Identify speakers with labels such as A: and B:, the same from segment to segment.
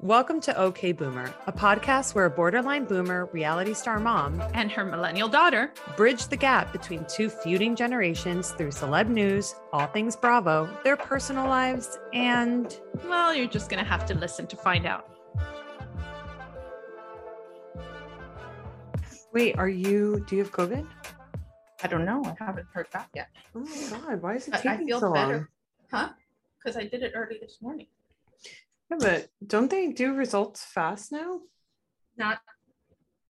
A: Welcome to OK Boomer, a podcast where a borderline boomer reality star mom
B: and her millennial daughter
A: bridge the gap between two feuding generations through celeb news, all things Bravo, their personal lives, and
B: well, you're just going to have to listen to find out.
A: Wait, are you? Do you have COVID?
B: I don't know. I haven't heard back yet.
A: Oh my god, why is it
B: But I
A: taking
B: feel
A: so
B: better.
A: long?
B: Huh? Because I did it early this morning.
A: Yeah, but don't they do results fast now?
B: Not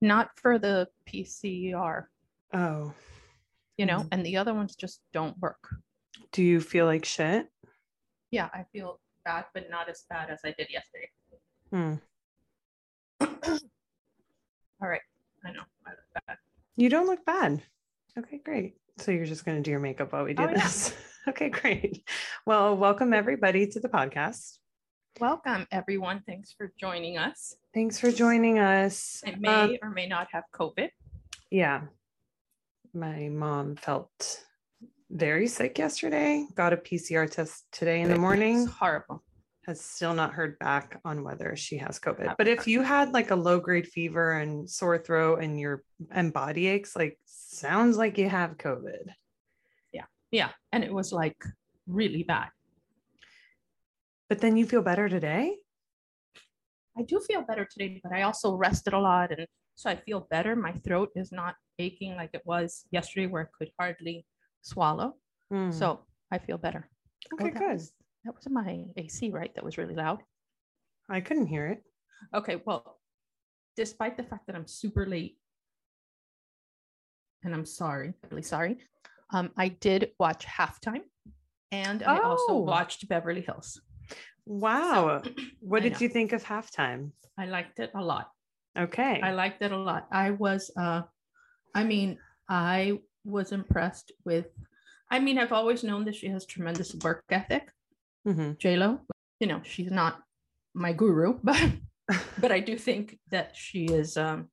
B: not for the PCR,
A: Oh,
B: you know,
A: Mhm.
B: and the other ones just don't work.
A: do you feel like shit?
B: Yeah, I feel bad, but not as bad as I did yesterday.
A: Hmm.
B: All right. I know. I look bad.
A: You don't look bad. Okay, great. So you're just going to do your makeup while we do
B: Oh, yeah.
A: this. Okay, great. Well, welcome everybody to the podcast.
B: Welcome everyone. Thanks for joining us.
A: Thanks for joining us.
B: I
A: Um,
B: may or may not have COVID.
A: yeah. My mom felt very sick yesterday, got a PCR test today in the morning,
B: It's horrible.
A: has still not heard back on whether she has COVID. But if you had like a low grade fever and sore throat and your and body aches, like sounds like you have COVID.
B: Yeah. And it was like really bad.
A: But then you feel better today?
B: I do feel better today, but I also rested a lot. And so I feel better. My throat is not aching like it was yesterday, where I could hardly swallow.
A: Hmm.
B: So I feel better.
A: okay,
B: that
A: good.
B: was- That was my AC, right? That was really loud.
A: I couldn't hear it.
B: Okay. Well, despite the fact that I'm super late and I'm sorry, really sorry, um, I did watch halftime and I also
A: Oh.
B: watched Beverly Hills.
A: Wow. what
B: I
A: did
B: know.
A: you think of halftime?
B: I liked it a lot.
A: Okay.
B: I liked it a lot. I was uh I mean, I was impressed with I mean, I've always known that she has tremendous work ethic,
A: Mhm.
B: JLo. You know, she's not my guru, but but I do think that she is um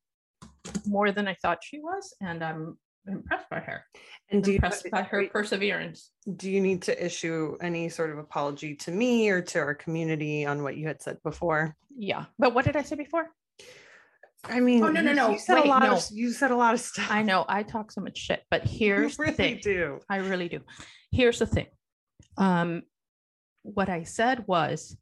B: more than I thought she was, and I'm impressed by her.
A: And do you,
B: Impressed by her perseverance.
A: do you need to issue any sort of apology to me or to our community on what you had said before?
B: Yeah. But what did I say before?
A: I mean,
B: Oh, no, no,
A: you-
B: no.
A: You said a
B: Wait,
A: lot
B: no.
A: of you said a lot of stuff.
B: I know I talk so much shit, but
A: You
B: here's the
A: really
B: thing.
A: do.
B: I really do. Here's the thing. Um, what I said was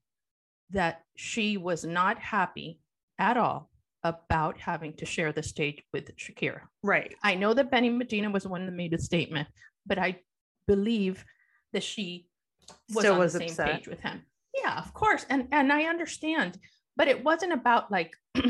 B: that she was not happy at all about having to share the stage with Shakira.
A: Right.
B: I know that Benny Medina was the one that made a statement, but I believe that she was
A: Still
B: on
A: was
B: the same
A: upset.
B: page with him. Yeah, of course, and and I understand, but it wasn't about like.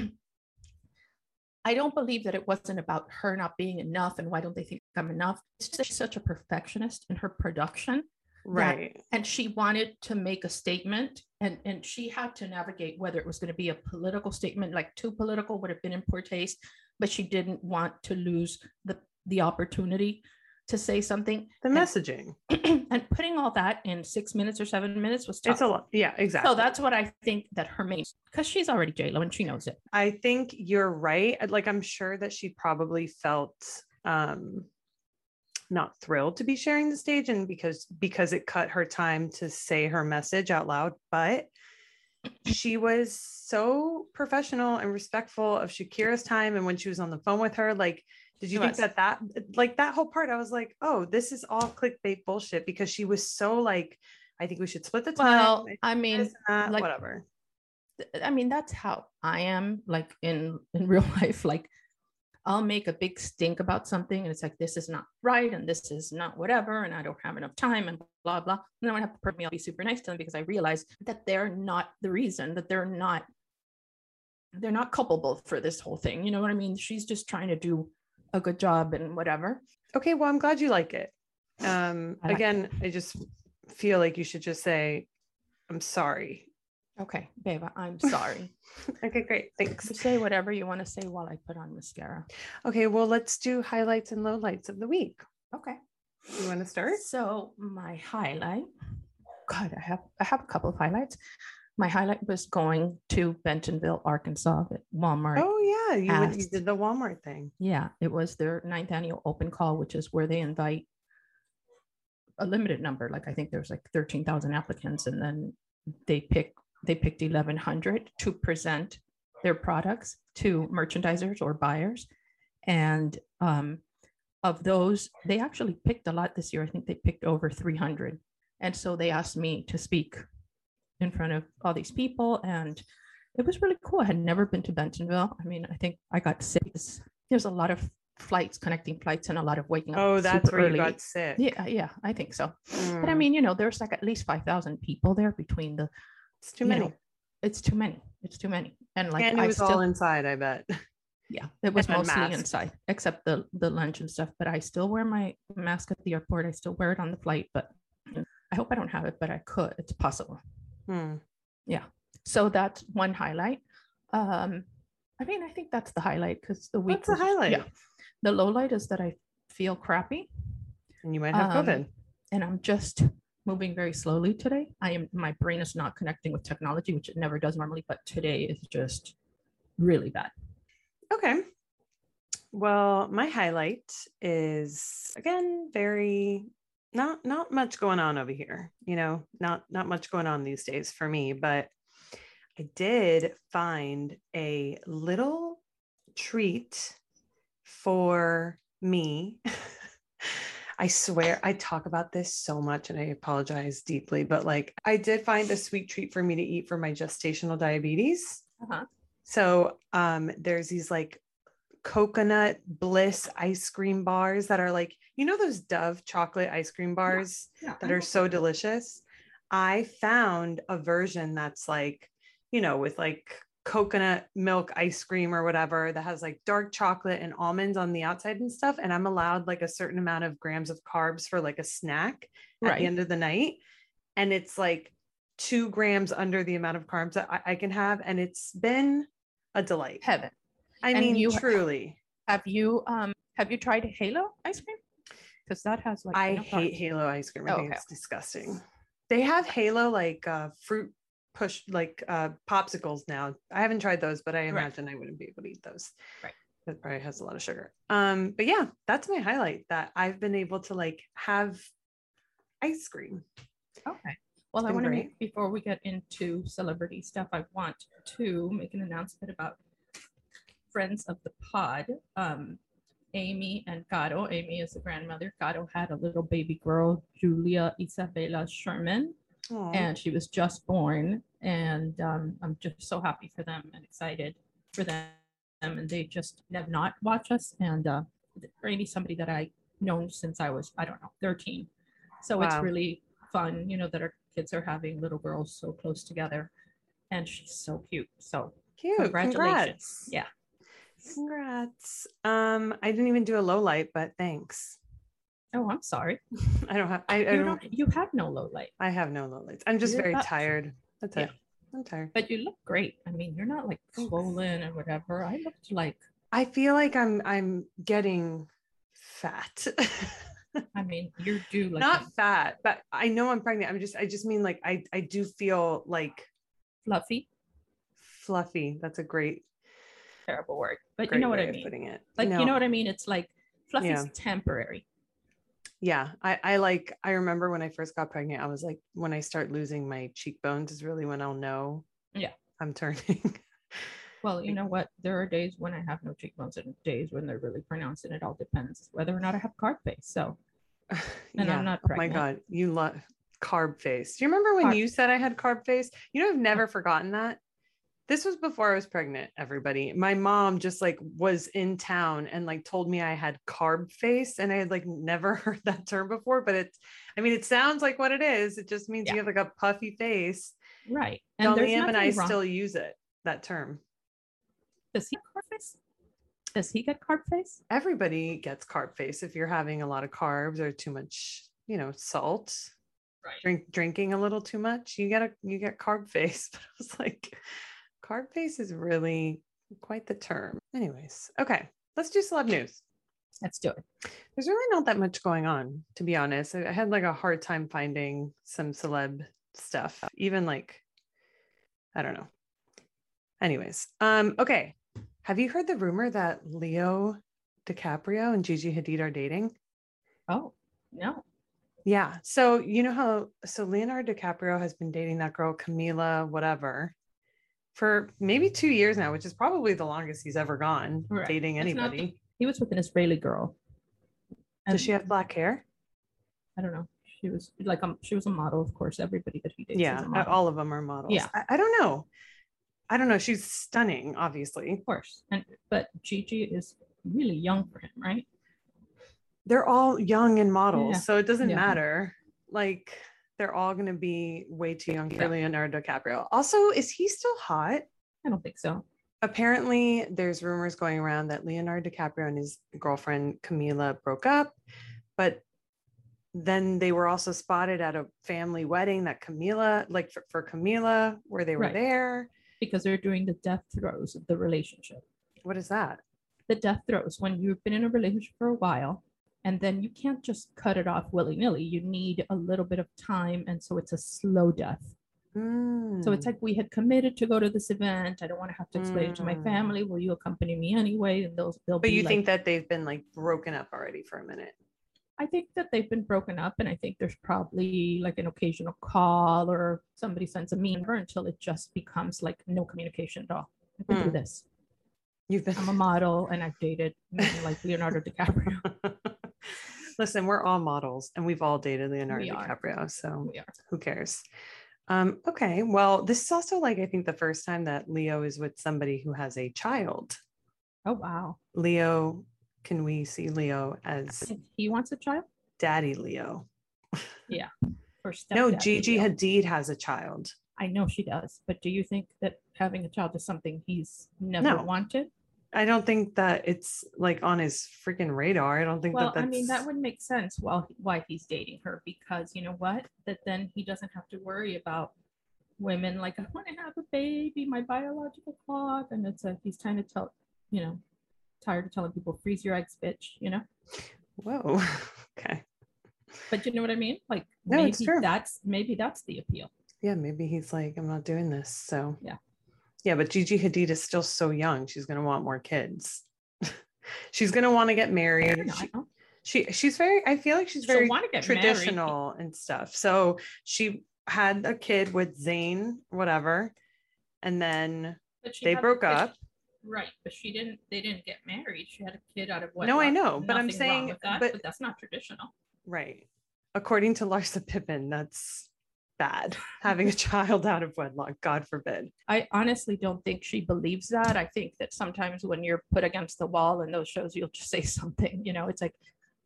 B: I don't believe that it wasn't about her not being enough and why don't they think I'm enough. It's just that she's such a perfectionist in her production
A: Right.
B: and she wanted to make a statement and and she had to navigate whether it was going to be a political statement like too political would have been in poor taste but she didn't want to lose the the opportunity to say something
A: The messaging.
B: and putting all that in six minutes or seven minutes was tough
A: It's a lot. Yeah, exactly.
B: so that's what i think that her main because she's already j-lo and she knows it
A: I think you're right. I'd- Like I'm sure that she probably felt um not thrilled to be sharing the stage and because because it cut her time to say her message out loud, but she was so professional and respectful of Shakira's time and when she was on the phone with her like did you
B: She
A: think
B: was.
A: that that like that whole part I was like, "Oh, this is all clickbait bullshit" because she was so like I think we should split the time.
B: well
A: I
B: i
A: think
B: mean
A: this and that,
B: like-
A: whatever.
B: th- I mean, that's how I am like in in real life. Like I'll make a big stink about something and it's like this is not right and this is not whatever and I don't have enough time and blah blah. And then when I have the person, I'll be super nice to them because I realize that they're not the reason, that they're not they're not culpable for this whole thing. You know what I mean? She's just trying to do a good job and whatever.
A: Okay, well, I'm glad you like it. Um,
B: I like it.
A: again, I just feel like you should just say, "I'm sorry."
B: Okay, babe, I'm sorry.
A: Okay, great, thanks.
B: say whatever you want to say while I put on mascara.
A: Okay, well, let's do highlights and lowlights of the week.
B: Okay.
A: You want to start?
B: So my highlight, God, I have I have a couple of highlights. My highlight was going to Bentonville, Arkansas at Walmart.
A: Oh yeah, you, went, you
B: Asked.
A: did the Walmart thing.
B: Yeah, it was their ninth annual open call, which is where they invite a limited number. Like I think there's like 13,000 applicants, and then they pick they picked 1100 to present their products to merchandisers or buyers and um, of those they actually picked a lot this year i think they picked over 300 and so they asked me to speak in front of all these people and it was really cool i had never been to bentonville i mean i think i got sick there's a lot of flights connecting flights and a lot of waking up
A: Oh, that's
B: super
A: where
B: early.
A: you got sick.
B: yeah yeah i think so but i
A: Mm,
B: mean you know there's like at least 5000 people there between the
A: it's too
B: you
A: many.
B: know, it's too many it's too many and like
A: and it
B: i
A: was
B: still
A: all inside, I bet.
B: yeah it was
A: and
B: mostly
A: masked.
B: inside except the the lunch and stuff but i still wear my mask at the airport i still wear it on the flight but i hope i don't have it but i could it's possible
A: Hmm.
B: so that's one highlight um i mean i think that's the highlight because the week
A: What's the
B: was- yeah.
A: highlight?
B: the low light is that i feel crappy
A: And you might have
B: Um,
A: COVID.
B: and I'm just moving very slowly today. I am my brain is not connecting with technology, which it never does normally, but today is just really bad.
A: Okay. Well, my highlight is again very not not much going on over here. You know, not not much going on these days for me, but I did find a little treat for me. I swear I talk about this so much and I apologize deeply, but like I did find a sweet treat for me to eat for my gestational diabetes.
B: Uh-huh.
A: So um, there's these like coconut bliss ice cream bars that are like, you know, those Dove chocolate ice cream bars that are so delicious. I found a version that's like, you know, with like coconut milk ice cream or whatever that has like dark chocolate and almonds on the outside and stuff. And I'm allowed like a certain amount of grams of carbs for like a snack at
B: right.
A: the end of the night. And it's like two grams under the amount of carbs that I, I can have. And it's been a delight.
B: Heaven.
A: I
B: And
A: mean,
B: you-
A: truly,
B: Have you um have you tried Halo ice cream? Because that has like
A: I
B: no carbs.
A: hate Halo ice cream. I
B: Oh,
A: think
B: okay.
A: it's disgusting. They have Halo like uh, fruit push like uh, popsicles now. I haven't tried those, but I imagine I wouldn't be able to eat those.
B: Right.
A: That probably has a lot of sugar. Um, but yeah, that's my highlight that I've been able to like have ice cream.
B: Okay. Well, I
A: been
B: want to
A: great.
B: make before we get into celebrity stuff, I want to make an announcement about friends of the pod. Um, Amy and Caro. Amy is the grandmother. Caro had a little baby girl, Julia Isabella Sherman,
A: Aw,
B: and she was just born. And um, I'm just so happy for them and excited for them. And they just have not watched us. And uh, Amy's somebody that I known since I was I don't know 13. So it's
A: Wow.
B: really fun, you know, that our kids are having little girls so close together, and she's so cute. So
A: cute.
B: congratulations.
A: Congrats.
B: yeah,
A: Congrats. Um, I didn't even do a low light, but thanks.
B: oh, I'm sorry,
A: I don't have I, I
B: you
A: don't
B: don't you have no low light,
A: I have no low lights. I'm just
B: You're
A: very
B: up.
A: tired. That's
B: Yeah.
A: it. I'm tired.
B: but you look great. I mean, you're not like
A: Thanks.
B: swollen or whatever. I looked like
A: I feel like I'm I'm getting fat.
B: I mean, you're due like
A: Not
B: a
A: fat, but I know I'm pregnant. I'm just I just mean like I I do feel like
B: fluffy,
A: fluffy. That's a great
B: terrible word, but
A: great
B: you know what
A: way
B: I
A: of
B: mean.
A: putting it.
B: Like
A: No.
B: you know what I mean. It's like fluffy's
A: Yeah.
B: temporary.
A: Yeah, I, I like I remember when I first got pregnant, I was like, when I start losing my cheekbones is really when I'll know
B: Yeah.
A: I'm turning.
B: Well, you
A: Like-
B: know what? There are days when I have no cheekbones and days when they're really pronounced, and it all depends whether or not I have carb face. So And I'm not
A: Oh my
B: pregnant.
A: god, you love carb face. Do you remember when
B: Carb-
A: you said I had carb face? You know, I've never forgotten that. This was before I was pregnant, everybody. My mom just like was in town and like told me I had carb face. And I had like never heard that term before, but it's, I mean, it sounds like what it is. It just means
B: Yeah.
A: you have like a puffy face.
B: Right. And
A: Dummy
B: there's
A: Am and I
B: nothing wrong.
A: still use it, that term.
B: does he get carb face? Does he get carb face?
A: Everybody gets carb face if you're having a lot of carbs or too much, you know, salt.
B: Right.
A: drink drinking a little too much you get a you get carb face but i was like carb face is really quite the term anyways okay let's do celeb news
B: Let's do it.
A: there's really not that much going on to be honest i, I had like a hard time finding some celeb stuff even like i don't know anyways um okay have you heard the rumor that leo DiCaprio and Gigi Hadid are dating?
B: Oh no.
A: Yeah. So you know how so Leonardo DiCaprio has been dating that girl Camila whatever for maybe 2 years now, which is probably the longest he's ever gone
B: Correct.
A: dating
B: That's not-
A: anybody.
B: He was with an Israeli girl.
A: Does she have black hair?
B: I don't know. She was like um, she was a model, of course. Everybody that he dates.
A: Yeah,
B: is a
A: uh,
B: model.
A: all of them are models.
B: Yeah.
A: I, I don't know. I don't know. She's stunning, obviously.
B: of course. And but Gigi is really young for him, right?
A: They're all young and models,
B: Yeah.
A: so it doesn't
B: Yeah.
A: matter. Like they're all gonna be way too young for
B: Yeah.
A: Leonardo DiCaprio. Also, is he still hot?
B: I don't think so.
A: apparently there's rumors going around that Leonardo DiCaprio and his girlfriend Camila broke up, but then they were also spotted at a family wedding that Camila, like for, for Camila, where they were
B: Right.
A: there.
B: Because they're doing the death throes of the relationship.
A: What is that?
B: The death throes when you've been in a relationship for a while and then you can't just cut it off willy-nilly. You need a little bit of time and so it's a slow death. So
A: Hmm.
B: it's like we had committed to go to this event. I don't want to have to explain it to my
A: Mm.
B: family. Will you accompany me anyway? And they'll they'll
A: but
B: be
A: you
B: like,
A: think that they've been like broken up already for a minute.
B: I think that they've been broken up, and I think there's probably like an occasional call or somebody sends a meme or until it just becomes like no communication at all. I've been through
A: Hmm.
B: this.
A: You've been
B: I'm a model, and I've dated you know, like Leonardo DiCaprio.
A: Listen, we're all models and we've all dated Leonardo
B: We are.
A: DiCaprio. So
B: We are.
A: who cares? Um, okay. Well, this is also like, I think the first time that Leo is with somebody who has a child.
B: Oh wow,
A: Leo, can we see Leo as
B: he wants a child.
A: daddy Leo?
B: Or
A: no,
B: stepdad,
A: Gigi
B: Leo?
A: Hadid has a child.
B: I know she does, but do you think that having a child is something he's never
A: No.
B: wanted?
A: I don't think that it's like on his freaking radar. I don't think
B: Well,
A: that
B: I
A: that's
B: mean, that would make sense while why he's dating her because you know what? That then he doesn't have to worry about women like I want to have a baby, my biological clock, and it's like he's trying to tell you know tired of telling people freeze your eggs, bitch, you know.
A: whoa. okay.
B: But you know what I mean? Like
A: No,
B: maybe
A: it's true.
B: that's maybe that's the appeal.
A: Yeah, maybe he's like, I'm not doing this. So
B: Yeah.
A: Yeah, but Gigi Hadid is still so young. She's gonna want more kids. she's gonna want to get
B: I
A: married.
B: don't know, I
A: She,
B: don't-
A: she she's very I feel like she's
B: she'll
A: very
B: want to get married.
A: traditional and stuff. So she had a kid with Zayn, whatever, and then
B: But she
A: they
B: had-
A: broke
B: but she-
A: up.
B: Right, but she didn't. They didn't get married. She had a kid out of what?
A: No, I know, but I'm saying- but-
B: but that's not traditional.
A: right. According to Larsa Pippen, that's bad. Having a child out of wedlock, God forbid.
B: I honestly don't think she believes that. I think that sometimes when you're put against the wall in those shows, you'll just say something, you know, it's like,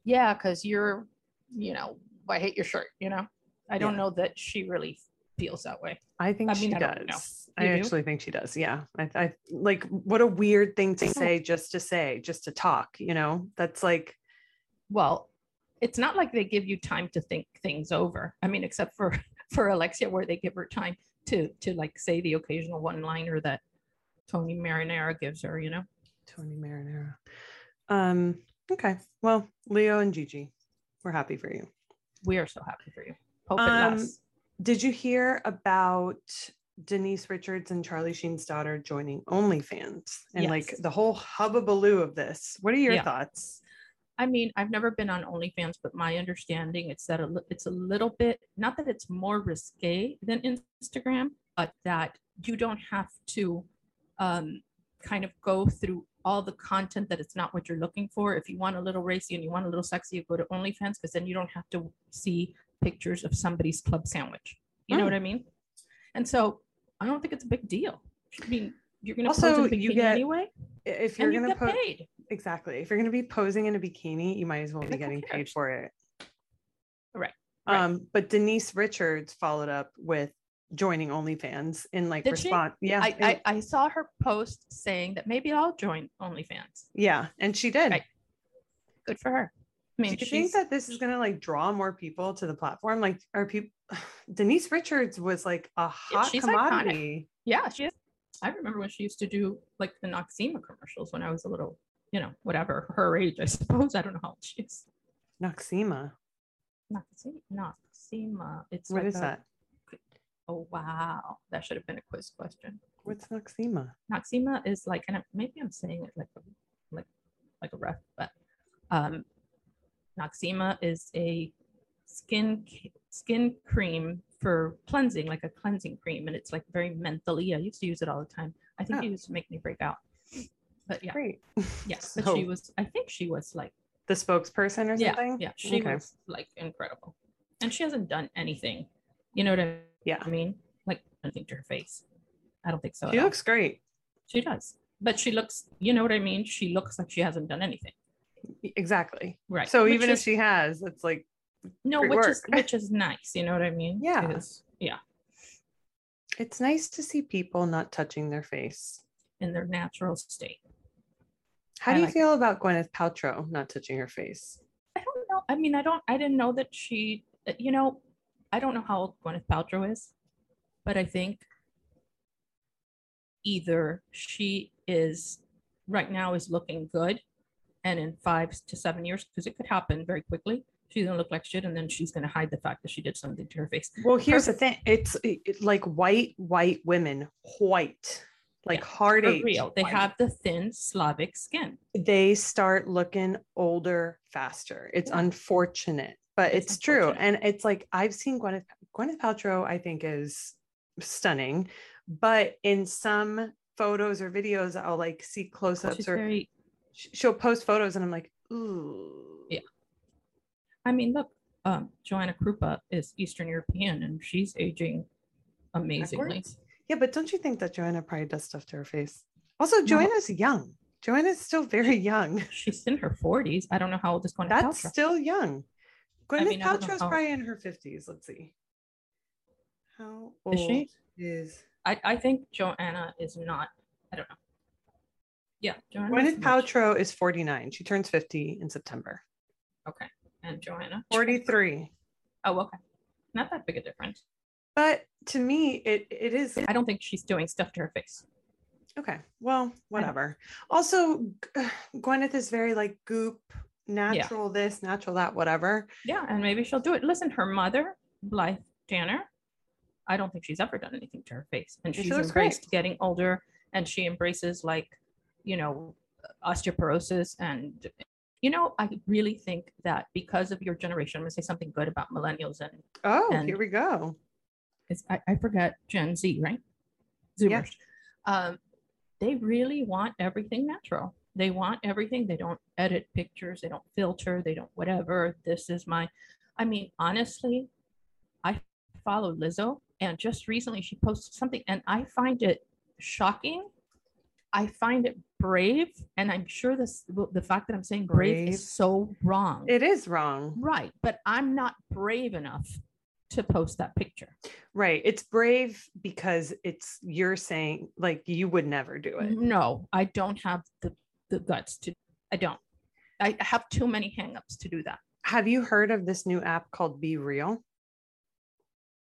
B: yeah, because you're, you know, I hate your shirt, you know. I don't
A: Yeah. know
B: know that she really feels that way.
A: I think
B: I
A: she
B: mean, I don't know.
A: does. I
B: You do?
A: actually think she does. Yeah. I, I like what a weird thing
B: Oh.
A: to say just to say, just to talk, you know? That's like,
B: Well, it's not like they give you time to think things over. I mean, except for for Alexia, where they give her time to to like say the occasional one liner that Tony Marinara gives her, you know.
A: Tony Marinara. Um, okay. Well, Leo and Gigi, we're happy for you.
B: We are so happy for you. Hope it
A: Um,
B: lasts.
A: Did you hear about Denise Richards and Charlie Sheen's daughter joining OnlyFans and like
B: Yes.
A: the whole hubbubaloo of this? What are your
B: Yeah.
A: thoughts?
B: I mean, I've never been on OnlyFans, but my understanding is that a li- it's a little bit, not that it's more risque than Instagram, but that you don't have to um, kind of go through all the content that it's not what you're looking for. If you want a little racy and you want a little sexy, you go to OnlyFans because then you don't have to see pictures of somebody's club sandwich. You know
A: Mm.
B: what I mean? And so I don't think it's a big deal. I mean, you're going to
A: Also,
B: pose in a
A: you
B: bikini
A: get-
B: anyway,
A: I- If you're
B: and you
A: gonna
B: get
A: put
B: paid.
A: exactly, if you're gonna be posing in a bikini, you might as well be
B: Like, who
A: getting paid
B: cares?
A: for it.
B: Right, right.
A: Um, but Denise Richards followed up with joining OnlyFans in like
B: Did she?
A: response. Yeah,
B: I,
A: in-
B: I, I saw her post saying that maybe I'll join OnlyFans.
A: yeah, and she did.
B: Right. Good for her. I mean,
A: Do you
B: she's-
A: think that this is going to like draw more people to the platform? Like, are people? Denise Richards was like a hot
B: she's iconic.
A: commodity.
B: yeah, she is. I remember when she used to do like the Noxema commercials when I was a little, you know, whatever her age, I suppose. I don't know how old she is.
A: Noxema.
B: Noxema. Noxema. It's
A: What
B: like
A: is
B: a-
A: that?
B: Oh wow, that should have been a quiz question.
A: What's Noxema?
B: Noxema is like, and I- maybe I'm saying it like, a- like, like a ref, but um, Noxema is a skin skin cream for cleansing, like a cleansing cream, and it's like very mentally. I used to use it all the time. I think
A: Oh.
B: it used to make me break out. But yeah,
A: Great.
B: yes. But
A: So-
B: she was. I think she was like,
A: The spokesperson or
B: yeah,
A: something?
B: yeah. She
A: okay.
B: was like incredible, and she hasn't done anything. You know what I
A: Yeah.
B: mean? Like anything to her face. I don't think so. at
A: She
B: all.
A: looks great.
B: She does, but she looks. You know what I mean? She looks like she hasn't done anything.
A: E-, Exactly.
B: Right.
A: So
B: Which
A: even
B: is-
A: if she has, it's like,
B: no,
A: Great
B: which
A: work.
B: is which is nice. You know what I mean?
A: Yeah.
B: Because- yeah,
A: it's nice to see people not touching their face.
B: in their natural state.
A: How
B: I
A: do you
B: like it.
A: feel about Gwyneth Paltrow not touching her face?
B: I don't know. I mean, I don't. I didn't know that she. that, You know, I don't know how old Gwyneth Paltrow is, but I think either she is right now is looking good, and in five to seven years, because it could happen very quickly, she's gonna look like shit, and then she's gonna hide the fact that she did something to her face.
A: Well, here's the thing. It's it- it- like white, white women, white, like
B: Yeah,
A: hard
B: For
A: age.
B: real, they
A: white.
B: have the thin Slavic skin.
A: They start looking older faster. It's
B: Yeah.
A: unfortunate, but
B: It's
A: it's, true. And
B: unfortunate.
A: it's like I've seen Gwyneth Gwyneth Paltrow. I think is stunning, but in some photos or videos, I'll like see
B: She's
A: close-ups or
B: very
A: sh- she'll post photos, and I'm like, ooh,
B: Yeah. I mean, look, um, Joanna Krupa is Eastern European and she's aging amazingly.
A: Backwards? Yeah, but don't you think that Joanna probably does stuff to her face? Also, Joanna's young. Joanna's still very young.
B: She's in her 40s. I don't know how old this one is.
A: That's still young. Gwyneth
B: mean, I don't know
A: Paltrow's
B: how-
A: probably in her fifties. Let's see. How old
B: Is she?
A: is
B: I, I think Joanna is not, I don't know. Yeah, Joanna.
A: Gwyneth Paltrow? Is forty nine. She turns fifty in September.
B: And Joanna.
A: Forty three.
B: Oh, okay. Not that big a difference.
A: But to me, it it is
B: I don't think she's doing stuff to her face.
A: okay. Well, whatever. Also, G- Gwyneth is very like goop, natural this, natural that, whatever.
B: Yeah, and maybe she'll do it. Listen, her mother, Blythe Tanner, I don't think she's ever done anything to her face. And
A: Yeah,
B: she's
A: she looks great.
B: embraced getting older and she embraces like, you know, osteoporosis and you know, I really think that because of your generation, I'm gonna say something good about millennials and
A: Oh,
B: And-
A: here we go.
B: it's I, I forget Gen Z, right?
A: Yeah.
B: Zoomers. Um, they really want everything natural. They want everything. They don't edit pictures. They don't filter. They don't whatever. This is my. I mean, honestly, I follow Lizzo, and just recently she posted something, and I find it shocking. I find it brave, and I'm sure this the fact that I'm saying brave,
A: Brave.
B: is so wrong.
A: It is wrong.
B: right, but I'm not brave enough to post that picture.
A: Right. It's brave because it's you're saying like you would never do
B: Mm-hmm.
A: it.
B: No, I don't have the, the guts to. I don't. I have too many hangups to do that.
A: Have you heard of this new app called Be Real?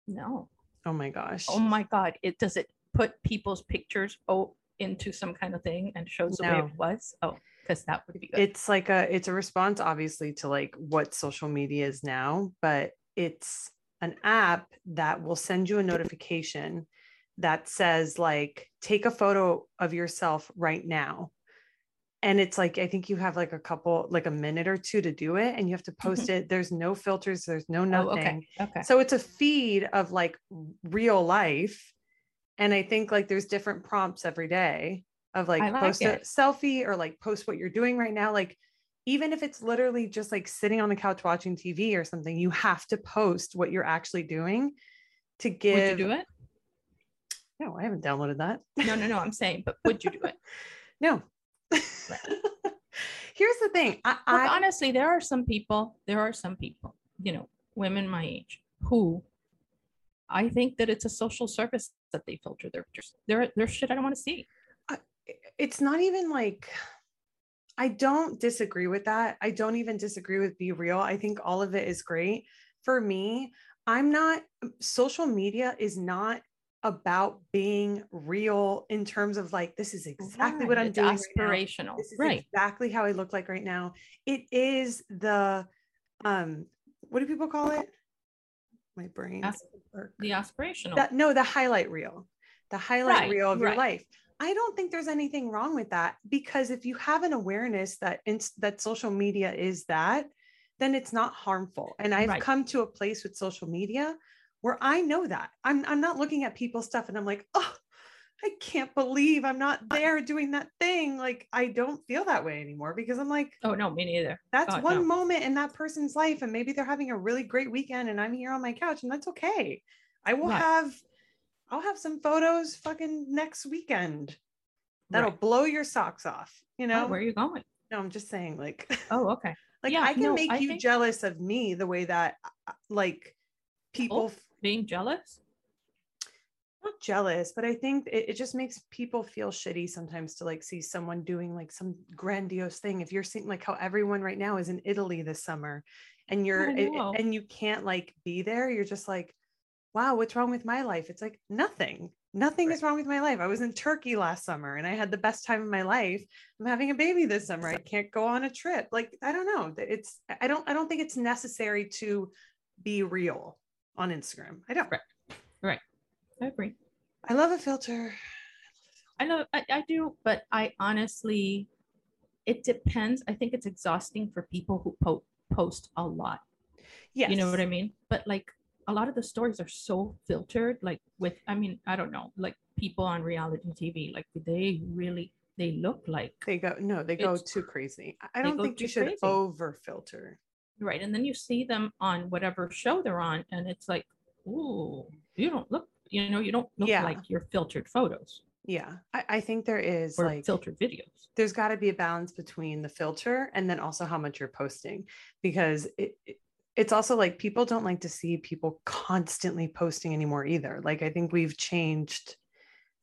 B: No.
A: Oh my gosh.
B: Oh my God. It does it put people's pictures oh into some kind of thing and shows the way
A: No.
B: it was. Oh, because that would be good.
A: it's like a it's a response obviously to like what social media is now, but it's an app that will send you a notification that says like take a photo of yourself right now. And it's like I think you have like a couple like a minute or two to do it and you have to post it. There's no filters, there's no nothing.
B: Mm-hmm. oh, okay. Okay.
A: So it's a feed of like real life. And I think like there's different prompts every day of like,
B: I like
A: post a
B: it.
A: selfie or like post what you're doing right now. Like, even if it's literally just like sitting on the couch watching TV or something, you have to post what you're actually doing to give.
B: Would you do it?
A: No, I haven't downloaded that.
B: No, no, no. I'm saying, but would you do it?
A: No. Here's the thing. I,
B: Look,
A: I
B: honestly, there are some people, there are some people, you know, women my age who I think that it's a social service that they filter their pictures. There, there's shit I don't want to see.
A: it's not even like I don't disagree with that. I don't even disagree with be real. I think all of it is great. For me, I'm not social media is not about being real in terms of like this is exactly what
B: Right,
A: I'm
B: it's
A: doing right now.
B: Aspirational,
A: This is
B: right?
A: exactly how I look like right now. It is the um what do people call it? My brain.
B: Asp- The aspirational.
A: That, no, the highlight reel, the highlight
B: Right,
A: reel of your
B: right.
A: life. I don't think there's anything wrong with that because if you have an awareness that ins- that social media is that, then it's not harmful. And I've
B: Right.
A: come to a place with social media where I know that I'm, I'm not looking at people's stuff and I'm like, oh, I can't believe I'm not there doing that thing. Like, I don't feel that way anymore because I'm like,
B: Oh no, me neither.
A: that's
B: God,
A: one
B: no.
A: moment in that person's life. And maybe they're having a really great weekend and I'm here on my couch and that's okay. I will
B: Right.
A: have, I'll have some photos fucking next weekend. That'll
B: Right.
A: blow your socks off. You
B: Oh,
A: know,
B: where are you going?
A: no, I'm just saying like,
B: Oh, okay.
A: like
B: Yeah,
A: I can
B: no,
A: make
B: I
A: you
B: think-
A: jealous of me the way that uh, like people
B: Oh. Being jealous?
A: not jealous, but I think it, it just makes people feel shitty sometimes to like see someone doing like some grandiose thing. If you're seeing like how everyone right now is in Italy this summer and you're
B: Oh, I
A: a- a-
B: know.
A: and you can't like be there, you're just like, wow, what's wrong with my life? It's like nothing. Nothing is wrong with my life. I was in Turkey last summer and I had the best time of my life. I'm having a baby this summer. I can't go on a trip. Like I don't know. It's I don't I don't think it's necessary to be real on Instagram. I don't.
B: Right. I agree.
A: I love a filter.
B: I know I, I do, but I honestly, it depends. I think it's exhausting for people who po- post a lot.
A: Yes.
B: You know what I mean? But like a lot of the stories are so filtered, like with, I mean, I don't know, like people on reality TV, like they really, they look like,
A: They go no, they go
B: It's-
A: too crazy. I- I
B: they
A: don't
B: go
A: think you
B: too
A: should
B: crazy.
A: over filter.
B: right. And then you see them on whatever show they're on, and it's like, ooh, you don't look, you know, you don't look
A: Yeah.
B: like your filtered photos
A: Yeah. I, I think there is
B: or
A: like
B: filtered videos.
A: there's got to be a balance between the filter and then also how much you're posting because it, it- it's also like people don't like to see people constantly posting anymore either. Like I think we've changed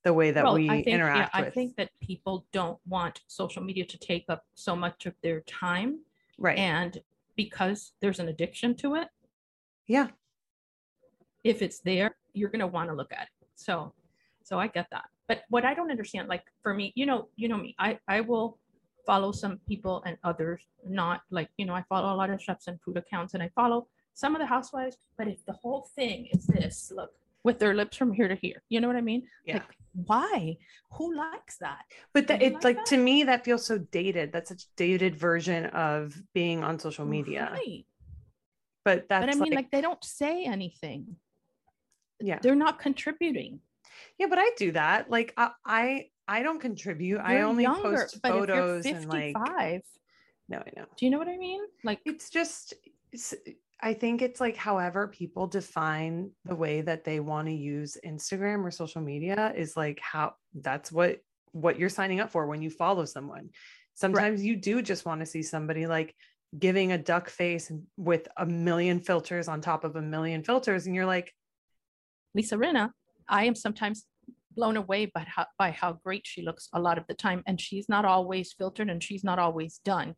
A: the way that we
B: I think,
A: interact
B: yeah,
A: with.
B: I think that people don't want social media to take up so much of their time,
A: right.
B: and because there's an addiction to it,
A: yeah.
B: if it's there, you're going to want to look at it. So, so I get that. But what I don't understand, like for me, you know, you know me, I I will follow some people and others not. Like you know, I follow a lot of chefs and food accounts, and I follow some of the housewives. But if the whole thing is this, look with their lips from here to here, you know what I mean?
A: Yeah.
B: Like, why? Who likes that?
A: But that
B: you
A: it
B: like
A: like
B: that?
A: to me that feels so dated. That's such dated version of being on social media.
B: Right.
A: But that's
B: but I mean,
A: like,
B: like, they don't say anything.
A: yeah.
B: They're not contributing.
A: Yeah, but I do that. Like I I, I don't contribute. I
B: You're
A: only
B: younger,
A: post
B: but
A: photos
B: if you're
A: and like
B: 55,
A: no, I know.
B: do you know what I mean? Like,
A: It's just it's, I think it's like however people define the way that they want to use Instagram or social media is like how that's what what you're signing up for when you follow someone. Sometimes you do just want to see somebody like giving a duck face with a million filters on top of a million filters and you're like
B: Lisa Rinna, I am sometimes blown away by how, by how great she looks a lot of the time. And she's not always filtered and she's not always done.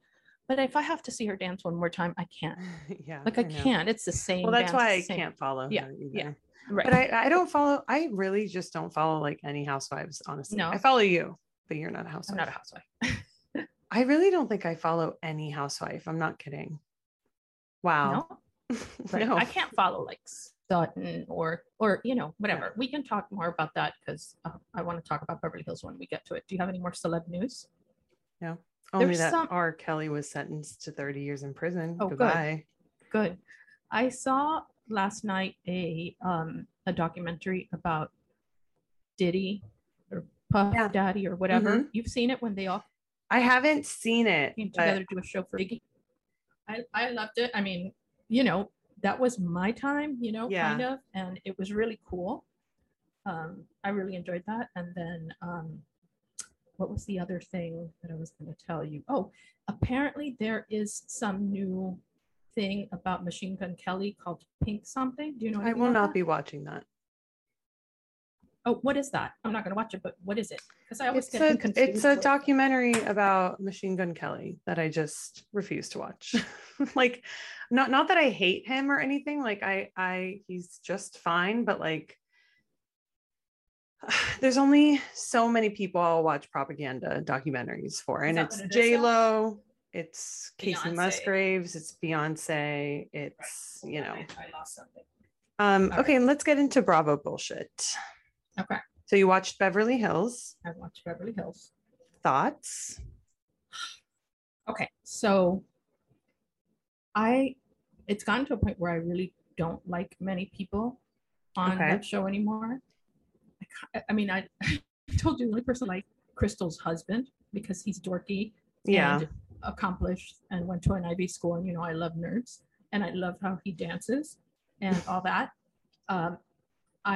B: But if I have to see her dance one more time, I can't.
A: yeah
B: Like, I,
A: know.
B: can't. It's the same.
A: Well that's
B: dance,
A: why I
B: it's the same-
A: can't follow
B: Yeah,
A: her
B: yeah.
A: either.
B: Right.
A: but I, I don't follow i really just don't follow like any housewives honestly
B: No.
A: i follow you but you're not a housewife
B: I'm not a housewife.
A: i really don't think i follow any housewife i'm not kidding wow
B: No.
A: no,
B: Right. I can't follow like Sutton or or you know whatever. We can talk more about that because uh, I want to talk about Beverly Hills when we get to it. Do you have any more celeb news?
A: only
B: there's
A: that
B: some-
A: r kelly was sentenced to 30 years in prison
B: Oh, good.
A: goodbye
B: Good. I saw last night a um a documentary about Diddy or Puff
A: Yeah. Mm-hmm.
B: Daddy or whatever. You've seen it when they all
A: i haven't seen it
B: came
A: but
B: together to do a show for Biggie. I I loved it. I mean, you know, that was my time. You know,
A: Yeah.
B: kind of, and it was really cool. Um, I really enjoyed that. And then, um, what was the other thing that I was going to tell you? Oh, apparently there is some new thing about Machine Gun Kelly called Pink Something. Do you know?
A: i
B: anything
A: will
B: about
A: not
B: that?
A: be watching that
B: Oh, what is that? I'm not going to watch it, but what is it? Because I always
A: it's
B: get
A: a,
B: him confused.
A: it's a
B: with-
A: documentary about machine gun kelly that i just refuse to watch like not not that i hate him or anything like i i he's just fine but like there's only so many people i'll watch propaganda documentaries for
B: Is
A: and
B: that
A: it's
B: what it is,
A: j
B: though?
A: lo it's casey
B: Beyonce.
A: musgraves it's beyonce it's you know
B: I- I lost something.
A: um
B: All
A: okay and let's get into bravo bullshit
B: Okay.
A: so you watched beverly hills
B: I watched Beverly Hills.
A: thoughts
B: Okay, so I it's gotten to a point where I really don't like many people on
A: Okay.
B: that show anymore. I, ca- I mean, I, I told you the only person I like Crystal's husband because he's dorky
A: Yeah.
B: and accomplished and went to an Ivy school. And you know, I love nerds and I love how he dances and all that. Um,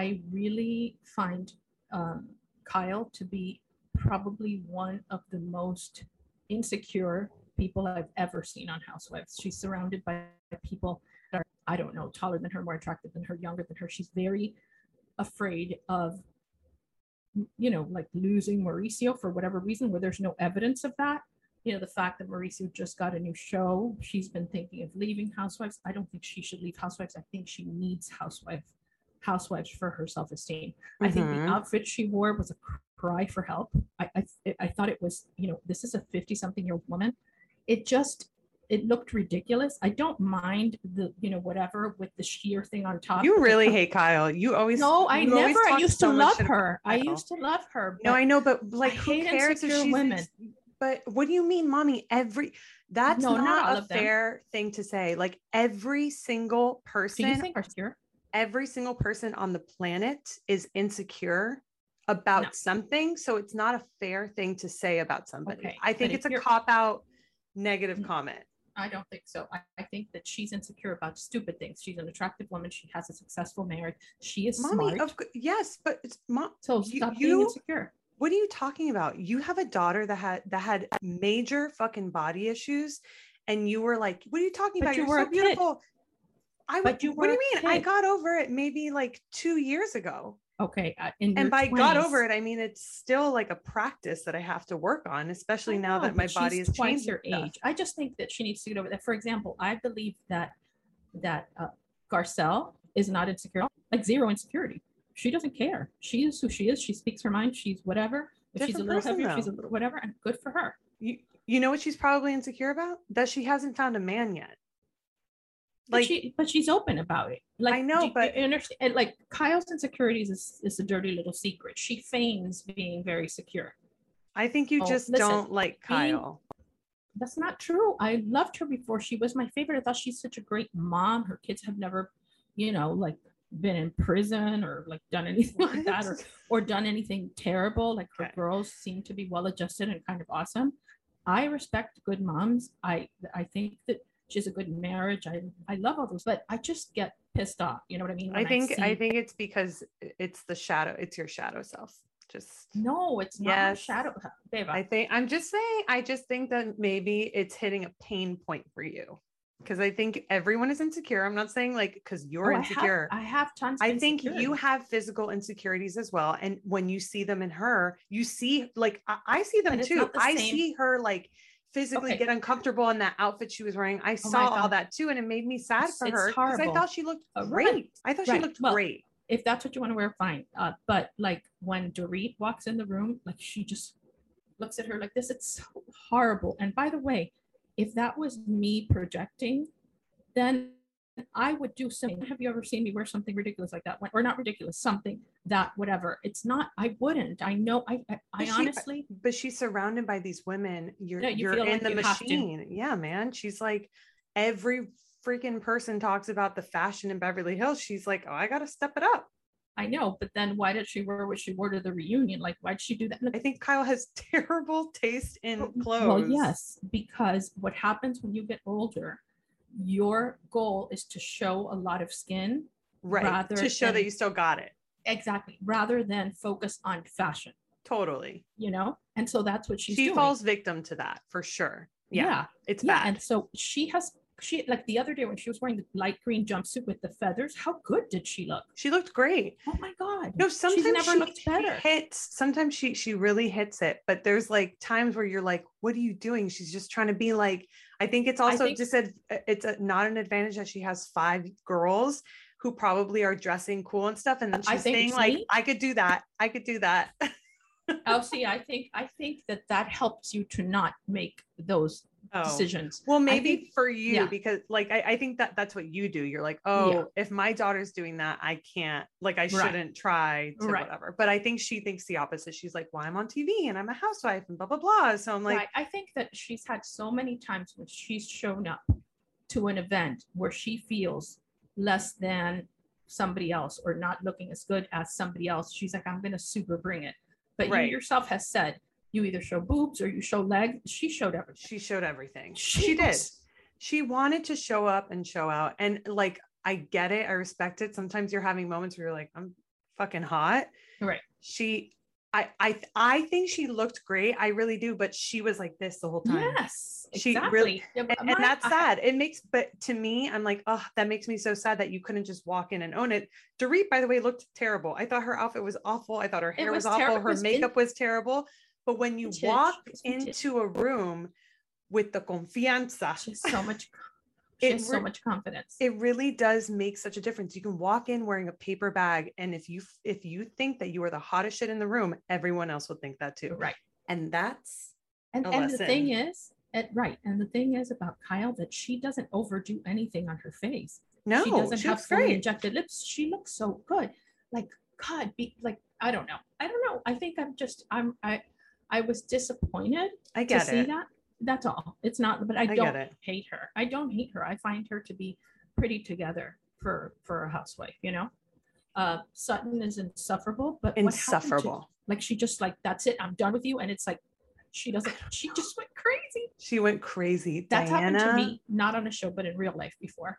B: I really find um, Kyle to be probably one of the most insecure people I've ever seen on Housewives. She's surrounded by people that are, I don't know, taller than her, more attractive than her, younger than her. She's very afraid of, you know, like losing Mauricio for whatever reason, where there's no evidence of that you know, the fact that Mauricio just got a new show. She's been thinking of leaving Housewives. I don't think she should leave Housewives. I think she needs Housewife Housewives for her self-esteem. I think
A: Mhm.
B: the outfit she wore was a cry for help. I I, I thought it was, you know, this is a 50-something-year-old woman. It just it looked ridiculous. I don't mind the, you know, whatever with the sheer thing on top.
A: You really hate Kyle. You always
B: No, I
A: you always
B: never. I
A: talk
B: used
A: so
B: to
A: much
B: love
A: shit about
B: her. I
A: Kyle.
B: used to love her.
A: No,
B: but-
A: I know, but like, who
B: hate
A: cares if
B: insecure
A: she's
B: women.
A: But what do you mean, mommy? Every that's
B: No, not all
A: not a
B: of them.
A: fair thing to say. Like every single
B: do you
A: person,
B: think are here?
A: every single person on the planet is insecure about
B: No.
A: something. So it's not a fair thing to say about somebody.
B: Okay,
A: I think
B: but
A: it's
B: if
A: a
B: you're-
A: cop out negative
B: Mm.
A: comment.
B: I don't think so. I, I think that she's insecure about stupid things. She's an attractive woman. She has a successful marriage. She is
A: Mommy,
B: smart.
A: of cou- yes, but it's mom.
B: so
A: you-
B: stop
A: you-
B: being insecure.
A: what are you talking about? You have a daughter that had that had major fucking body issues, and you were like, "What are you talking
B: But
A: about?
B: you
A: You're
B: were
A: so
B: a kid.
A: beautiful." I w-
B: But you
A: what do
B: were
A: you
B: a
A: mean? I
B: kid.
A: got over it maybe like two years ago,
B: Okay. uh, in
A: and
B: your
A: by got
B: 20s.
A: over it, I mean it's still like a practice that I have to work on, especially
B: I
A: now
B: know,
A: that my
B: Oh, but
A: body
B: she's
A: is
B: twice
A: changing.
B: your
A: stuff.
B: age. I just think that she needs to get over that. For example, I believe that that uh, Garcelle is not insecure, like zero insecurity. She doesn't care. She is who she is. She speaks her mind. She's whatever. If she's a
A: Different
B: little
A: person,
B: heavier, she's a
A: though.
B: little whatever, and good for her.
A: You you know what she's probably insecure about? That she hasn't found a man yet.
B: But
A: Like
B: she, but she's open about it. Like
A: know,
B: do you-
A: but-
B: you understand. and, Like Kyle's insecurities is is a dirty little secret. She feigns being very secure.
A: I think you
B: Oh,
A: just
B: listen,
A: don't like
B: being-
A: Kyle.
B: That's not true. I loved her before. She was my favorite. I thought she's such a great mom. Her kids have never, you know, like been in prison or like done anything like that or,
A: What?
B: or done anything terrible. Like her
A: Okay.
B: girls seem to be well adjusted and kind of awesome. I respect good moms. I I think that she's a good marriage. I I love all those, but I just get pissed off. You know what I mean?
A: I
B: when
A: think I
B: see-
A: think it's because it's the shadow. It's your shadow self. Just
B: No, it's not my
A: Yes.
B: shadow, babe.
A: I think I'm just saying. I just think that maybe it's hitting a pain point for you because I think everyone is insecure. I'm not saying like because you're
B: Oh, I have-
A: insecure.
B: I have, tons. of
A: I think you
B: insecurities.
A: have physical insecurities as well. And when you see them in her, you see like I, I see them
B: But it's
A: too.
B: not the
A: I
B: same.
A: see her like physically
B: Okay. Oh
A: get uncomfortable in that outfit she was wearing. I
B: my
A: saw all
B: God.
A: that too. And it made me sad
B: It's-
A: for
B: it's
A: her because I
B: horrible.
A: thought she looked
B: Uh,
A: great.
B: right,
A: I thought she
B: right.
A: looked
B: Well,
A: great.
B: if that's what you want to wear, fine. Uh, but like when Dorit walks in the room, like she just looks at her like this. It's so horrible. And by the way, if that was me projecting, then I would do something. Have you ever seen me wear something ridiculous like that? When- Or not ridiculous, something that whatever. It's not. I wouldn't. I know. I I, I
A: But she-
B: honestly.
A: but she's surrounded by these women. You're
B: Yeah, you
A: you're
B: feel
A: in
B: like
A: the
B: you have to.
A: machine. Yeah, man. She's like every freaking person talks about the fashion in Beverly Hills. She's like, oh, I gotta step it up.
B: I know, but then why did she wear what she wore to the reunion? Like, why'd she do that? And
A: I think Kyle has terrible taste in clothes.
B: Oh, Well, yes, because what happens when you get older, your goal is to show a lot of skin
A: Right.
B: rather
A: To show that
B: than-
A: you still got it.
B: exactly rather than focus on fashion,
A: Totally.
B: you know? And so that's what she's
A: she
B: doing.
A: falls victim to that for sure. Yeah.
B: yeah.
A: It's
B: yeah.
A: bad.
B: And so she has she like the other day when she was wearing the light green jumpsuit with the feathers, how good did she look?
A: she looked great.
B: Oh my God.
A: No, sometimes
B: never
A: she,
B: looked
A: she
B: better.
A: hits. Sometimes she she really hits it, but there's like times where you're like, "What are you doing?" She's just trying to be like. I think it's also
B: think-
A: just a, it's a, not an advantage that she has five girls who probably are dressing cool and stuff, and then
B: I
A: she's
B: think
A: saying
B: it's
A: like,
B: me.
A: "I could do that. I could do that."
B: Elsie, I think I think that that helps you to not make those
A: oh.
B: decisions.
A: Well, maybe
B: think-
A: for you
B: yeah.
A: because like I, I think that that's what you do. You're like, oh, if my daughter's doing that, I can't. Like I
B: Right.
A: shouldn't try to
B: Right.
A: whatever. But I think she thinks the opposite. She's like, well, I'm on TV and I'm a housewife and blah blah blah. So I'm like,
B: right. I think that she's had so many times when she's shown up to an event where she feels less than somebody else or not looking as good as somebody else, she's like, I'm going to super bring it. But
A: Right.
B: you yourself has said you either show boobs or you show legs. She showed everything.
A: she showed everything.
B: She
A: She, did.
B: was-
A: She wanted to show up and show out. And like, I get it. I respect it. Sometimes you're having moments where you're like, I'm fucking hot.
B: Right.
A: She, I, I, I think she looked great. I really do. But she was like this the whole time.
B: Yes,
A: She
B: exactly.
A: really-
B: Yeah,
A: And,
B: my-
A: and that's
B: I-
A: sad. It makes, but to me, I'm like, oh, that makes me so sad that you couldn't just walk in and own it. Dorit, by the way, looked terrible. I thought her outfit was awful. I thought her hair was,
B: was
A: awful.
B: terri- it
A: her
B: was in-
A: makeup was terrible. But when you
B: Vintage.
A: walk
B: It was vintage.
A: into a room with the confianza,
B: She has so much. She
A: It
B: has so
A: re-
B: much confidence.
A: it really does make such a difference. You can walk in wearing a paper bag, and if you if you think that you are the hottest shit in the room, everyone else will think that too.
B: right.
A: And that's
B: And,
A: a
B: and the thing
A: lesson.
B: is, and- right. And the thing is about Kyle that she doesn't overdo anything on her face.
A: no,
B: she doesn't
A: she
B: have
A: looks
B: fully
A: great.
B: injected lips. She looks so good. Like God, be like I don't know. I don't know. I think I'm just I'm I I was disappointed
A: I
B: to
A: get
B: see
A: it.
B: that. That's all. It's not, but I,
A: get
B: don't
A: it.
B: hate her. I don't hate her. I find her to be pretty together for for a housewife. You know, uh, Sutton is insufferable, but what happened to-
A: Insufferable.
B: like she just like that's it. I'm done with you, and it's like she doesn't. She just went crazy.
A: She went crazy.
B: That's
A: Diana,
B: happened to me, not on a show, but in real life before.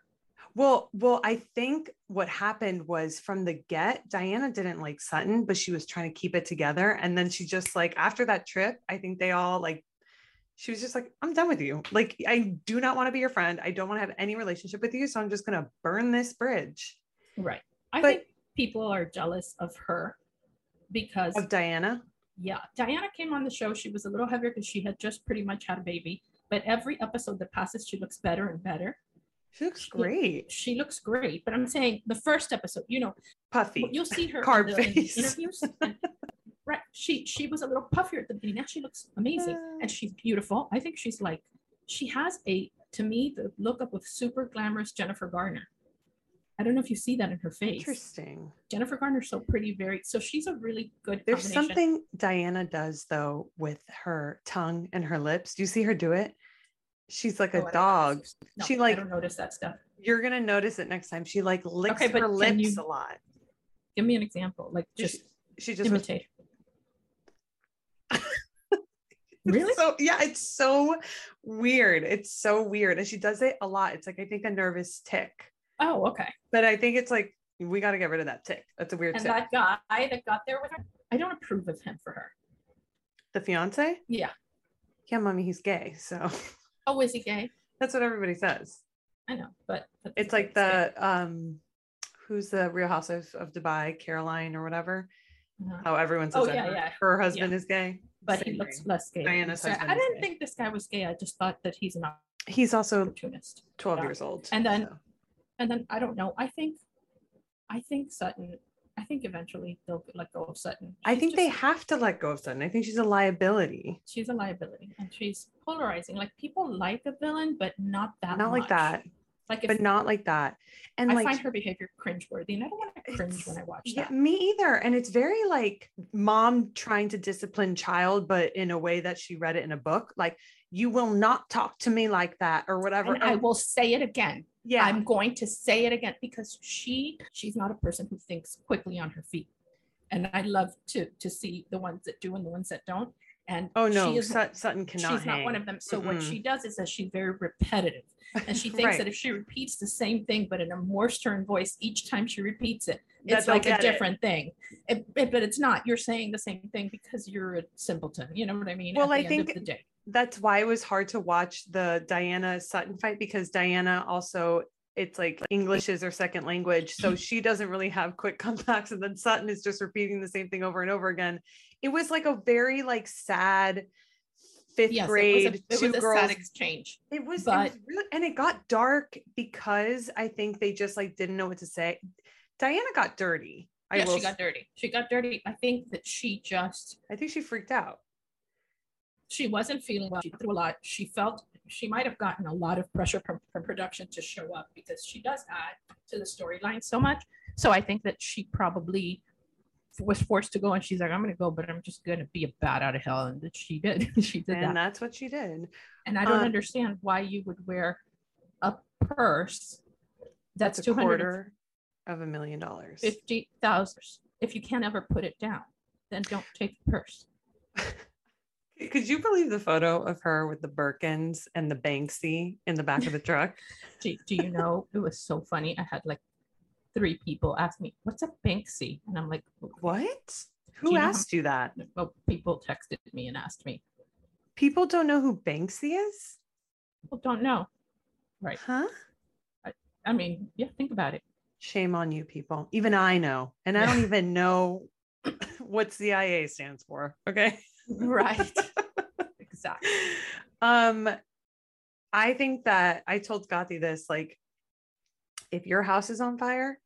A: Well, well, I think what happened was from the get, Diana didn't like Sutton, but she was trying to keep it together. And then she just like after that trip, I think they all like she was just like, I'm done with you. Like, I do not want to be your friend. I don't want to have any relationship with you. So I'm just gonna burn this bridge
B: Right. I
A: But-
B: think people are jealous of her because
A: of Diana.
B: yeah, Diana came on the show. She was a little heavier because she had just pretty much had a baby. But every episode that passes, she looks better and better.
A: She looks
B: She-
A: great.
B: She looks great. But I'm saying the first episode, you know,
A: Puffy.
B: you'll see her
A: Carb
B: in the, in the
A: face.
B: interviews. and- right. She she was a little puffier at the beginning. Now she looks amazing
A: Uh.
B: and she's beautiful. I think she's like she has a to me the look up of super glamorous Jennifer Garner. I don't know if you see that in her face.
A: Interesting.
B: Jennifer Garner's so pretty, very so she's a really good.
A: There's
B: combination.
A: something Diana does though with her tongue and her lips. Do you see her do it? She's like
B: Oh, I
A: a
B: don't
A: dog.
B: notice. No,
A: She,
B: I
A: like-
B: don't notice that stuff.
A: You're gonna notice it next time. She like licks
B: Okay, but
A: her
B: can
A: lips
B: you-
A: a lot.
B: Give me an example, like
A: Just
B: just
A: She just was
B: imitate. really?
A: so yeah, it's so weird. It's so weird. And she does it a lot. It's like I think a nervous tick.
B: Oh, okay.
A: But I think it's like we gotta get rid of that tick. That's a weird
B: And
A: tick.
B: that guy that got there with her, I don't approve of him for her.
A: the fiance?
B: Yeah.
A: Yeah, mommy, he's gay. So
B: Oh, is he gay?
A: that's what everybody says.
B: I know, but, but
A: It's like the um who's the real housewife of Dubai, Caroline or whatever.
B: Uh-huh.
A: How everyone says
B: Oh,
A: that
B: yeah,
A: her,
B: yeah.
A: her husband is gay.
B: But he
A: Same
B: looks
A: thing.
B: less gay. than
A: Diana's
B: this guy.
A: husband
B: I
A: is
B: didn't
A: gay.
B: think this guy was gay. I just thought that he's an
A: he's also
B: opportunist.
A: 12
B: Yeah.
A: years old.
B: And then-
A: so.
B: And then I don't know. I think, I think Sutton. I think eventually they'll let go of Sutton.
A: I
B: She's
A: think they
B: just-
A: have to let go of Sutton. I think she's a liability.
B: she's a liability and she's polarizing. Like people like a villain, but not that.
A: Not like
B: much.
A: that,
B: Like if
A: but not like that. And
B: I
A: like
B: find her behavior cringeworthy, and I don't want to cringe
A: It's-
B: when I watch
A: Yeah,
B: that.
A: me either. And it's very like mom trying to discipline child, but in a way that she read it in a book. Like, you will not talk to me like that or whatever.
B: And I
A: And-
B: will say it again.
A: Oh. yeah.
B: I'm going to say it again because she she's not a person who thinks quickly on her feet, and I love to to see the ones that do and the ones that don't. And
A: oh
B: she
A: no,
B: is
A: Sut- Sutton cannot.
B: she's not one
A: hang.
B: of them. So what
A: Mm-mm.
B: she does is that she's very repetitive, and she thinks
A: Right.
B: that if she repeats the same thing but in a more stern voice each time she repeats it,
A: That
B: it's
A: they'll
B: like a
A: get it.
B: different thing. It, it- but it's not. You're saying the same thing because you're a simpleton. You know what I mean?
A: Well,
B: At
A: I
B: the end
A: think-
B: of the day.
A: That's why it was hard to watch the Diana Sutton fight because Diana also it's like English is her second language, so she doesn't really have quick comebacks, and then Sutton is just repeating the same thing over and over again. It was like a very like sad fifth
B: Yes,
A: grade
B: it was a,
A: two
B: it was a
A: girls
B: sad exchange.
A: It was, it
B: But-
A: was really, and it got dark because I think they just like didn't know what to say. Diana got dirty. I
B: yeah,
A: will.
B: she got dirty. She got dirty. I think that she just
A: I think she freaked out.
B: she wasn't feeling well. She threw a lot. She felt she might have gotten a lot of pressure from, from production to show up because she does add to the storyline so much. So I think that she probably was forced to go and she's like, I'm gonna go, but I'm just gonna be a bat out of hell. And that she did. she did
A: And
B: that.
A: that's what she did.
B: And I don't
A: um,
B: understand why you would wear a purse, that's
A: It's a
B: two hundred
A: quarter of a million dollars.
B: fifty thousand. If you can't ever put it down, then don't take the purse.
A: Could you believe the photo of her with the Birkins and the Banksy in the back of the truck?
B: Do, do you know? it was so funny. I had like three people ask me, "What's a Banksy?" And I'm like,
A: What?
B: you
A: Who
B: know how-
A: asked you that?
B: well, people texted me and asked me,
A: People don't know who Banksy is?
B: "Well, don't know." Right.
A: Huh?
B: I mean, yeah, think about it.
A: Shame on you people. Even I know. And I don't even know what CIA stands for. Okay.
B: Right. exactly.
A: um i think that i told gotti this like if your house is on fire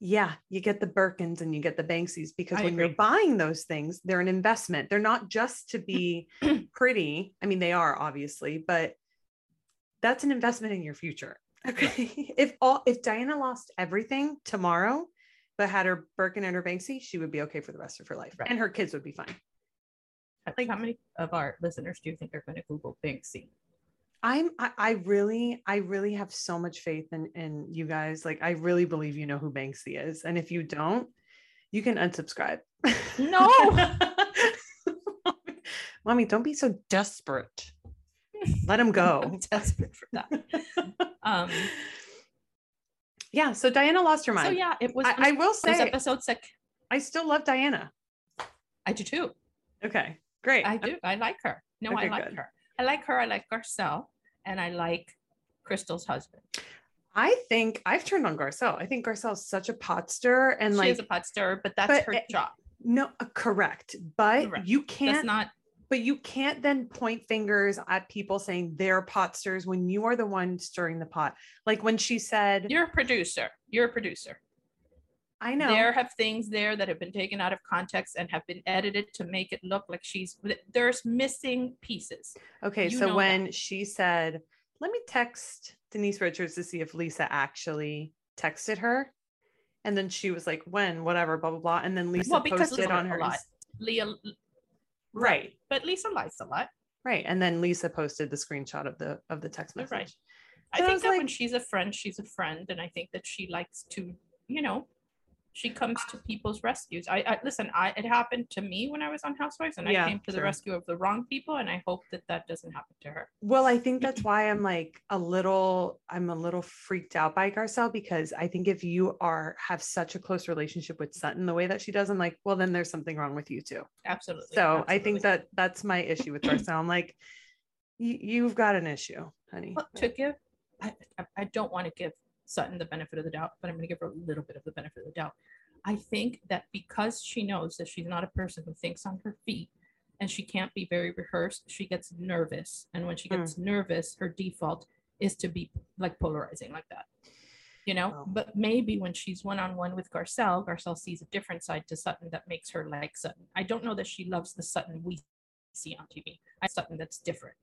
A: yeah you get the birkins and you get the banksies because
B: I
A: when
B: agree.
A: you're buying those things they're an investment they're not just to be pretty i mean they are obviously but that's an investment in your future okay if all if diana lost everything tomorrow but had her birkin and her banksy she would be okay for the rest of her life
B: Right.
A: and her kids would be fine
B: Like, how many of our listeners do you think are going to Google Banksy?
A: I'm I, I really I really have so much faith in in you guys. Like I really believe you know who Banksy is. And if you don't, you can unsubscribe.
B: No.
A: Mommy, don't be so desperate. Let him go.
B: I'm desperate for that. um,
A: yeah, so Diana lost her mind.
B: so yeah, it was.
A: I, I will
B: it was
A: say
B: episode six.
A: I still love Diana.
B: I do too.
A: Okay. Great.
B: I do. I like her. No,
A: Okay,
B: I like
A: good.
B: her. I like her. I like Garcelle, and I like Crystal's husband.
A: I think I've turned on Garcelle. I think Garcelle's such a potster and
B: she
A: like
B: is a pot stirrer, but that's
A: but
B: her
A: it-
B: job.
A: no uh, correct. But
B: Correct.
A: you
B: That's
A: can't
B: not
A: But you can't then point fingers at people saying they're potsters when you are the one stirring the pot. Like when she said,
B: you're a producer. You're a producer.
A: I know.
B: There have things there that have been taken out of context and have been edited to make it look like she's there's missing pieces.
A: Okay.
B: you
A: So
B: know that.
A: when she said, let me text Denise Richards to see if Lisa actually texted her. And then she was like, when, whatever, blah, blah, blah. And then Lisa
B: Well, because
A: posted
B: Lisa
A: on
B: lied a
A: her.
B: lot. Leah,
A: Right.
B: but Lisa lies a lot.
A: Right. And then Lisa posted the screenshot of the of the text
B: Right.
A: message.
B: I
A: So I
B: think
A: was
B: that when
A: like-
B: she's a friend, she's a friend, and I think that she likes to, you know, she comes to people's rescues. I, I listen. I it happened to me when I was on Housewives, and
A: Yeah,
B: I came to the
A: sure.
B: rescue of the wrong people, and I hope that that doesn't happen to her.
A: Well, I think that's why I'm like a little I'm a little freaked out by Garcelle because I think if you are have such a close relationship with Sutton the way that she does, I'm like, well, then there's something wrong with you too.
B: Absolutely.
A: So I
B: absolutely.
A: think that that's my issue with Garcelle. I'm like, "You- you've got an issue, honey.
B: Well, to give, I, I- I don't want to give Sutton the benefit of the doubt, but I'm going to give her a little bit of the benefit of the doubt. I think that because she knows that she's not a person who thinks on her feet and she can't be very rehearsed, she gets nervous. And when she
A: Mm.
B: gets nervous, her default is to be like polarizing like that. You know,
A: Wow.
B: but maybe when she's one on one with Garcelle, Garcelle sees a different side to Sutton that makes her like Sutton. I don't know that she loves the Sutton we see on TV. I Sutton that's different.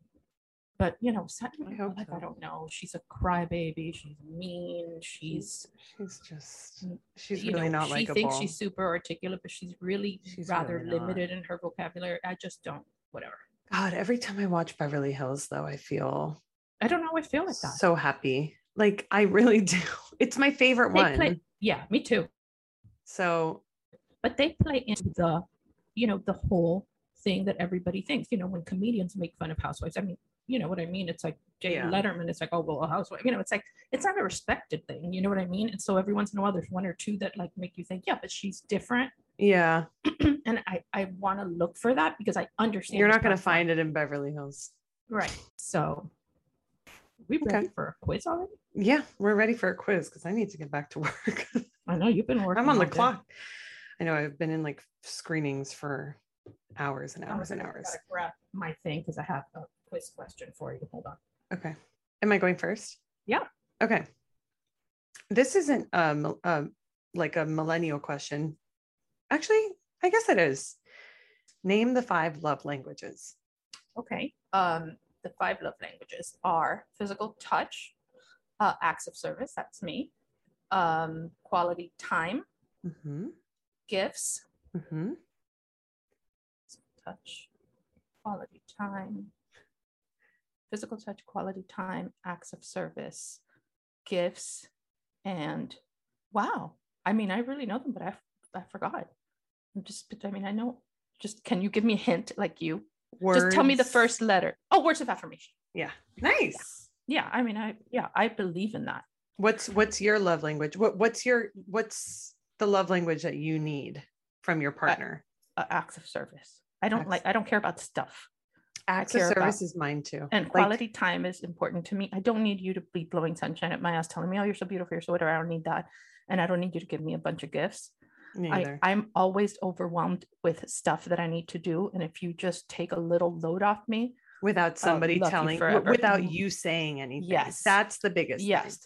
B: But you know, Sutton,
A: I hope
B: like,
A: so.
B: I don't know. She's a crybaby. She's mean. She's
A: She's just
B: Mm,
A: she's
B: you
A: really
B: know,
A: not
B: she thinks
A: likable.
B: she's super articulate, but she's really
A: She's
B: rather
A: really not.
B: limited in her vocabulary. I just don't. Whatever.
A: God, every time I watch Beverly Hills, though, I feel
B: I don't know. I feel like that.
A: so happy. Like I really do. It's my favorite
B: they
A: one.
B: play. Yeah, me too.
A: so
B: But they play into the, you know, the whole thing that everybody thinks. You know, when comedians make fun of housewives, I mean, you know what I mean. It's like Jay
A: Yeah.
B: Letterman. It's like, oh well, a housewife. You know, it's like it's not a respected thing. You know what I mean? And so every once in a while, there's one or two that like make you think, yeah, but she's different.
A: yeah,
B: and I, I want to look for that because I understand.
A: you're
B: it's
A: not gonna
B: tough work.
A: find it in Beverly Hills.
B: right. So we
A: Okay.
B: ready for a quiz already?
A: Yeah, we're ready for a quiz because I need to get back to work.
B: I know you've been working.
A: I'm on the
B: all day.
A: clock. I know I've been in like screenings for hours and
B: I'm
A: hours and
B: gonna-
A: hours.
B: Oh, gotta grab my thing because I have a quiz question for you. Hold on.
A: Okay. Am I going first?
B: Yeah.
A: Okay. This isn't um um like a millennial question. Actually, I guess it is. Name the five love languages.
B: Okay. Um, the five love languages are physical touch, uh, acts of service. That's me. Um, quality time,
A: Mm-hmm.
B: gifts,
A: Mm-hmm.
B: touch, quality time, physical touch, quality time, acts of service. gifts and wow i mean i really know them but i, I forgot i'm just but i mean i know just can you give me a hint like you
A: Words.
B: just tell me the first letter oh words of affirmation
A: Yeah. Nice.
B: yeah i mean i yeah i believe in that
A: What's what's your love language? What what's your what's the love language that you need from your partner?
B: uh, acts of service i don't
A: Acts-
B: like i don't care about stuff
A: Acts of
B: care about-
A: service is mine too.
B: and
A: Like,
B: quality time is important to me i don't need you to be blowing sunshine at my ass telling me oh you're so beautiful you're so whatever i don't need that and i don't need you to give me a bunch of gifts
A: me
B: I,
A: neither.
B: i'm always overwhelmed with stuff that i need to do and if you just take a little load off me
A: without somebody
B: love you
A: telling w-
B: forever.
A: without you saying anything.
B: Yes.
A: That's the biggest.
B: yes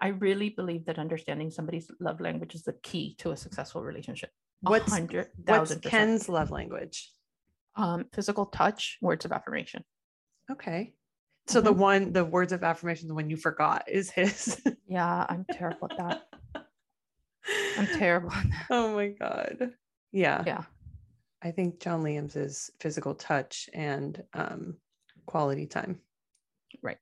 B: i really believe that understanding somebody's love language is the key to a successful relationship A
A: What's-
B: hundred
A: Thing. What's
B: thousand percent.
A: Ken's love language?
B: um physical touch words of affirmation
A: Okay. So
B: Mm-hmm.
A: the one the words of affirmation, the one you forgot is his.
B: yeah i'm terrible at that i'm terrible at that
A: oh my god. Yeah.
B: yeah
A: I think John Liam's is physical touch and um, quality time.
B: Right.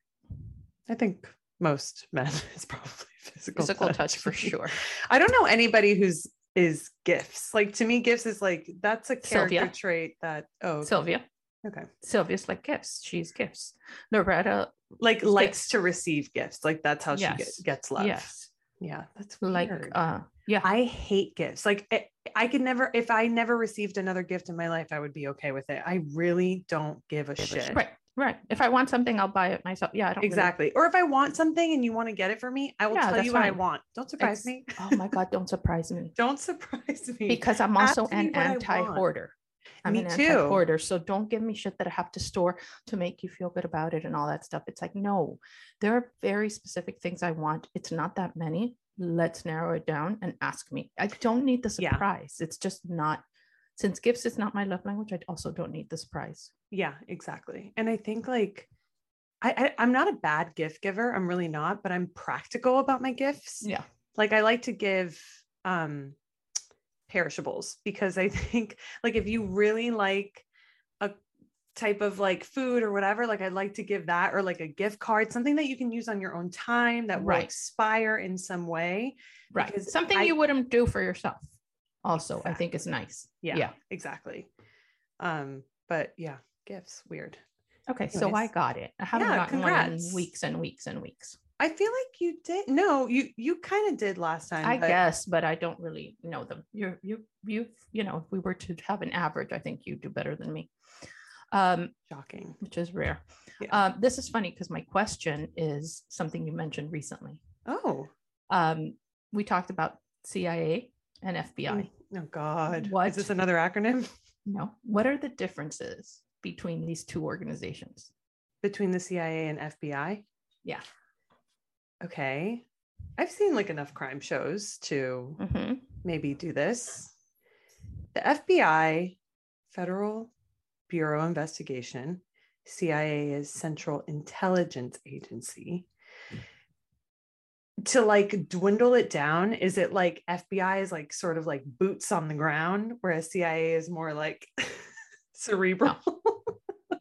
A: I think most men is probably physical,
B: physical touch for sure
A: I don't know anybody who's is gifts. Like to me, gifts is like that's a character
B: Sylvia.
A: trait that oh okay.
B: sylvia
A: okay
B: Sylvia's like gifts. She's gifts. Loretta,
A: like likes
B: Gifts.
A: to receive gifts. Like that's how she
B: Yes.
A: get, gets love.
B: yes,
A: Yeah, that's
B: like
A: weird.
B: uh, yeah,
A: I hate gifts. Like I, I could never, if I never received another gift in my life, I would be okay with it. I really don't give a shit.
B: right, right. If I want something, I'll buy it myself. Yeah, I don't really-
A: Exactly. Or if I want something and you want to get it for me, I will
B: Yeah,
A: tell
B: that's
A: you what I
B: fine.
A: want. Don't surprise
B: Ex-
A: me.
B: oh my god, don't surprise me
A: Don't surprise me.
B: because I'm
A: Ask
B: also
A: me
B: an
A: what I want.
B: anti-hoarder. I'm
A: Me
B: an
A: too.
B: anti-hoarder, so don't give me shit that I have to store to make you feel good about it and all that stuff. It's like no, there are very specific things I want. It's not that many. Let's narrow it down and ask me. I don't need the
A: Yeah.
B: surprise. It's just not. Since gifts is not my love language, I also don't need the surprise.
A: yeah, exactly. And I think like I, I I'm not a bad gift giver. I'm really not, but I'm practical about my gifts.
B: Yeah.
A: Like I like to give um perishables because I think like if you really like a type of like food or whatever, like I'd like to give that or like a gift card, something that you can use on your own time that will
B: Right.
A: expire in some way.
B: right
A: because
B: something
A: I-
B: you wouldn't do for yourself also i think is nice
A: Yeah,
B: yeah
A: exactly. Um, but yeah, gifts weird.
B: okay so i
A: Anyways.
B: got it i haven't
A: Yeah,
B: gotten one
A: congrats.
B: in weeks and weeks and weeks
A: I feel like you did. No, you you kind of did last time.
B: i
A: but
B: guess but i don't really know them you're you you you know if we were to have an average i think you do better than me um
A: shocking.
B: which is rare
A: Yeah.
B: um this is funny because my question is something you mentioned recently
A: Oh,
B: um we talked about cia and
A: Mm.
B: fbi
A: oh God. Is
B: What?
A: this another acronym
B: no what are the differences between these two organizations
A: between the CIA and FBI?
B: Yeah.
A: Okay. I've seen like enough crime shows to
B: mm-hmm.
A: maybe do this. The FBI, Federal Bureau of Investigation, CIA is Central Intelligence Agency. To like dwindle it down, is it like FBI is like sort of like boots on the ground, whereas CIA is more like cerebral?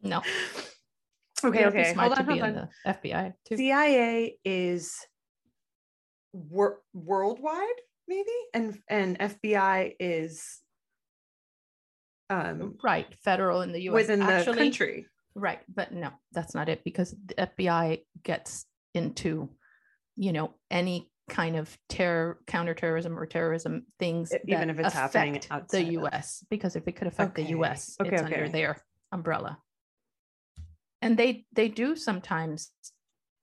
B: no
A: okay,
B: It'd be
A: okay.
B: smart
A: Hold on,
B: to be
A: hold
B: in
A: on.
B: the FBI too.
A: CIA is wor- worldwide, maybe, and and FBI is um
B: right, federal in the U.S.
A: within
B: Oh, Actually,
A: the country.
B: Right, but no, that's not it because the FBI gets into, you know, any kind of terror, counterterrorism, or terrorism things,
A: E- even
B: that
A: if it's happening
B: affect
A: outside
B: the
A: of-
B: U.S. Because if it could affect the
A: Okay,
B: U.S.,
A: okay,
B: it's
A: okay.
B: under their umbrella. And they they do sometimes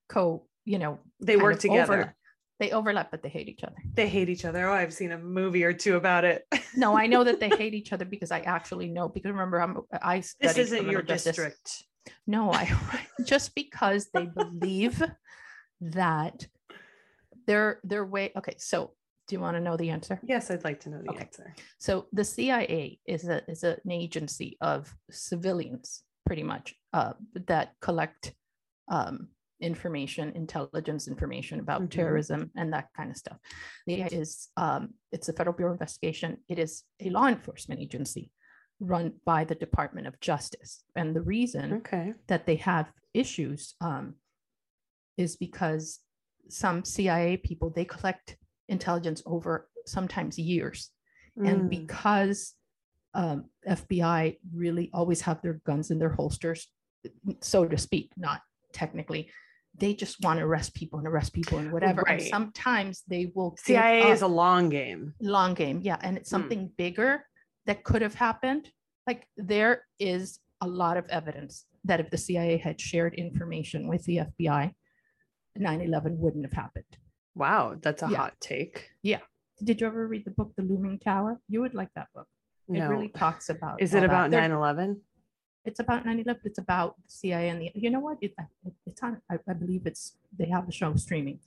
B: co, you know,
A: They
B: kind
A: work
B: of
A: together.
B: overlap. They overlap, but they hate each other.
A: They hate each other. Oh, I've seen a movie or two about it.
B: No, I know that they hate each other because I actually know. Because remember, I'm I studied
A: this isn't
B: criminal
A: your
B: justice.
A: district.
B: No, I just because they believe that their their way. Okay, so do you want to know the answer?
A: Yes, I'd like to know the
B: Okay.
A: answer.
B: So the CIA is a is a- an agency of civilians, pretty much, uh, that collect um, information, intelligence information about
A: Mhm.
B: terrorism and that kind of stuff. The CIA is um, it's the Federal Bureau of Investigation. It is a law enforcement agency run by the Department of Justice, and the
A: Mm-hmm.
B: reason
A: Okay.
B: that they have issues um, is because some CIA people, they collect intelligence over sometimes years. And
A: Mm.
B: because um, FBI really always have their guns in their holsters, so to speak, not technically, they just want to arrest people and arrest people and whatever. And
A: Right.
B: sometimes they will. give
A: CIA is
B: up-
A: a long game.
B: long game yeah and it's
A: Hmm.
B: something bigger that could have happened like there is a lot of evidence that if the cia had shared information with the fbi 9-11 wouldn't have happened
A: Wow, that's a
B: Yeah.
A: hot take.
B: did you ever read the book the looming tower you would like that book it
A: No.
B: really talks about
A: is
B: all
A: it
B: that.
A: about
B: There-
A: 9/11?
B: it's about 9-11 it's about the cia and the you know what it, it's on I, I believe it's they have the show streaming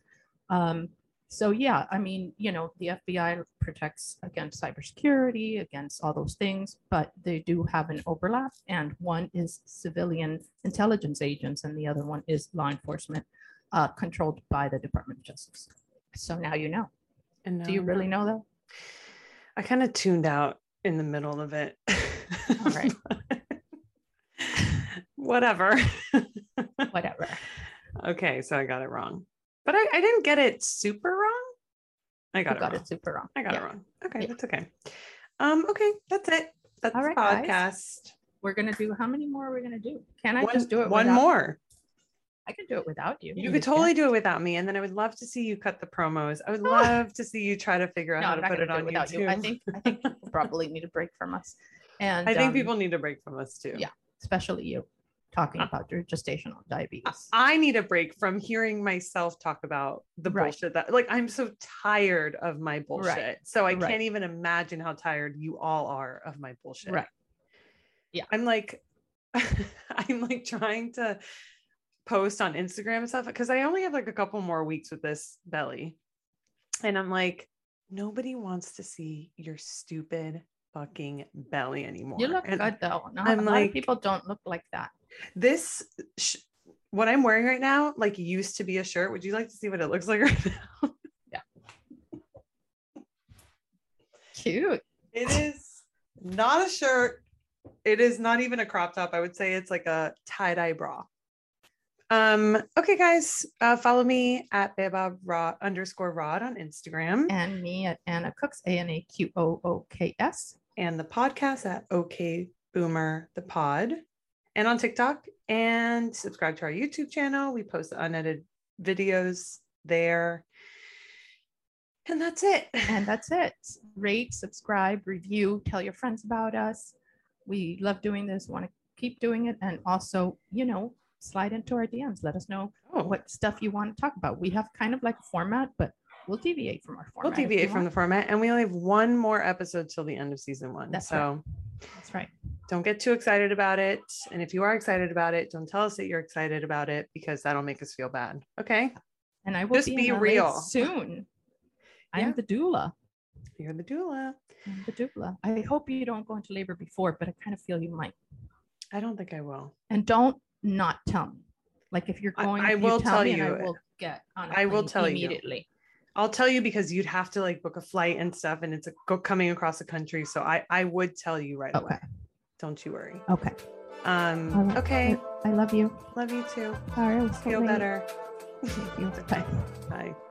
B: um so yeah i mean you know the fbi protects against cybersecurity against all those things but they do have an overlap and one is civilian intelligence agents and the other one is law enforcement uh, controlled by the department of justice so now you know
A: And
B: do you really know though
A: I kind of tuned out in the middle of it.
B: All right.
A: Whatever.
B: whatever
A: Okay, so I got it wrong. But I, I didn't get it super wrong. I got,
B: you
A: it,
B: got
A: wrong.
B: it super wrong
A: I got
B: Yeah.
A: it wrong. Okay,
B: Yeah.
A: that's okay. Um, okay, that's it. That's
B: All
A: the
B: right, guys.
A: podcast.
B: we're gonna do how many more are we gonna do can i
A: one,
B: just do it
A: one
B: without-
A: more.
B: I can do it without you.
A: You could totally do it without me, and then I would love to see you cut the promos. I would love to see you try to figure out
B: Ah. No,
A: how
B: I'm
A: to
B: not
A: put
B: going
A: it
B: to do
A: on
B: it without
A: YouTube.
B: you. I think I think people probably need a break from us, and
A: I think
B: um,
A: people need a break from us too.
B: yeah. especially you, talking about your gestational diabetes.
A: I need a break from hearing myself talk about the
B: Right.
A: bullshit that like I'm so tired of my bullshit. So I
B: Right.
A: can't even imagine how tired you all are of my bullshit.
B: Right. Yeah.
A: I'm like I'm like trying to post on Instagram and stuff because I only have like a couple more weeks with this belly. And I'm like, nobody wants to see your stupid fucking belly anymore.
B: you look
A: And
B: good though. No,
A: I'm
B: a lot
A: like-
B: of people don't look like that.
A: this sh- what I'm wearing right now, like used to be a shirt. Would you like to see what it looks like right now?
B: Cute.
A: It is not a shirt. It is not even a crop top. I would say it's like a tie-dye bra. Um, okay, guys, uh, follow me at Beba Rod underscore Rod on Instagram and,
B: And me at Anna Cooks, A N A Q O O K S.
A: the podcast at OK Boomer the Pod and on TikTok and subscribe to our YouTube channel. We post the unedited videos there. And that's it.
B: And that's it. Rate, subscribe, review, tell your friends about us. We love doing this, want to keep doing it. And also, you know, slide into our DMs. Let us know
A: Oh,
B: what stuff you want to talk about. We have kind of like a format, but we'll deviate from our
A: We'll
B: format. if
A: deviate
B: you
A: from the
B: want.
A: format, and we only have one more episode till the end of season one.
B: That's
A: so
B: That's right.
A: don't get too excited about it. And if you are excited about it, don't tell us that you're excited about it because that'll make us feel bad. Okay.
B: And I will
A: Just be
B: in LA
A: real.
B: soon.
A: Yeah.
B: I'm the doula.
A: You're the doula.
B: I'm the doula. I hope you don't go into labor before, but I kind of feel you might.
A: I don't think I will.
B: And don't not tell me. Like if you're
A: I-
B: going,
A: I
B: if
A: will
B: tell
A: tell
B: me
A: you.
B: And I will get on. a
A: I will
B: plane
A: tell you.
B: immediately.
A: I'll tell you because you'd have to like book a flight and stuff, and it's a, go- coming across the country. So I I would tell you right
B: Okay.
A: away. Don't you worry.
B: Okay. All
A: Um.
B: right.
A: Okay.
B: I love you.
A: Love you too.
B: All right. so
A: Feel
B: late.
A: better.
B: Thank you. Bye.
A: Bye.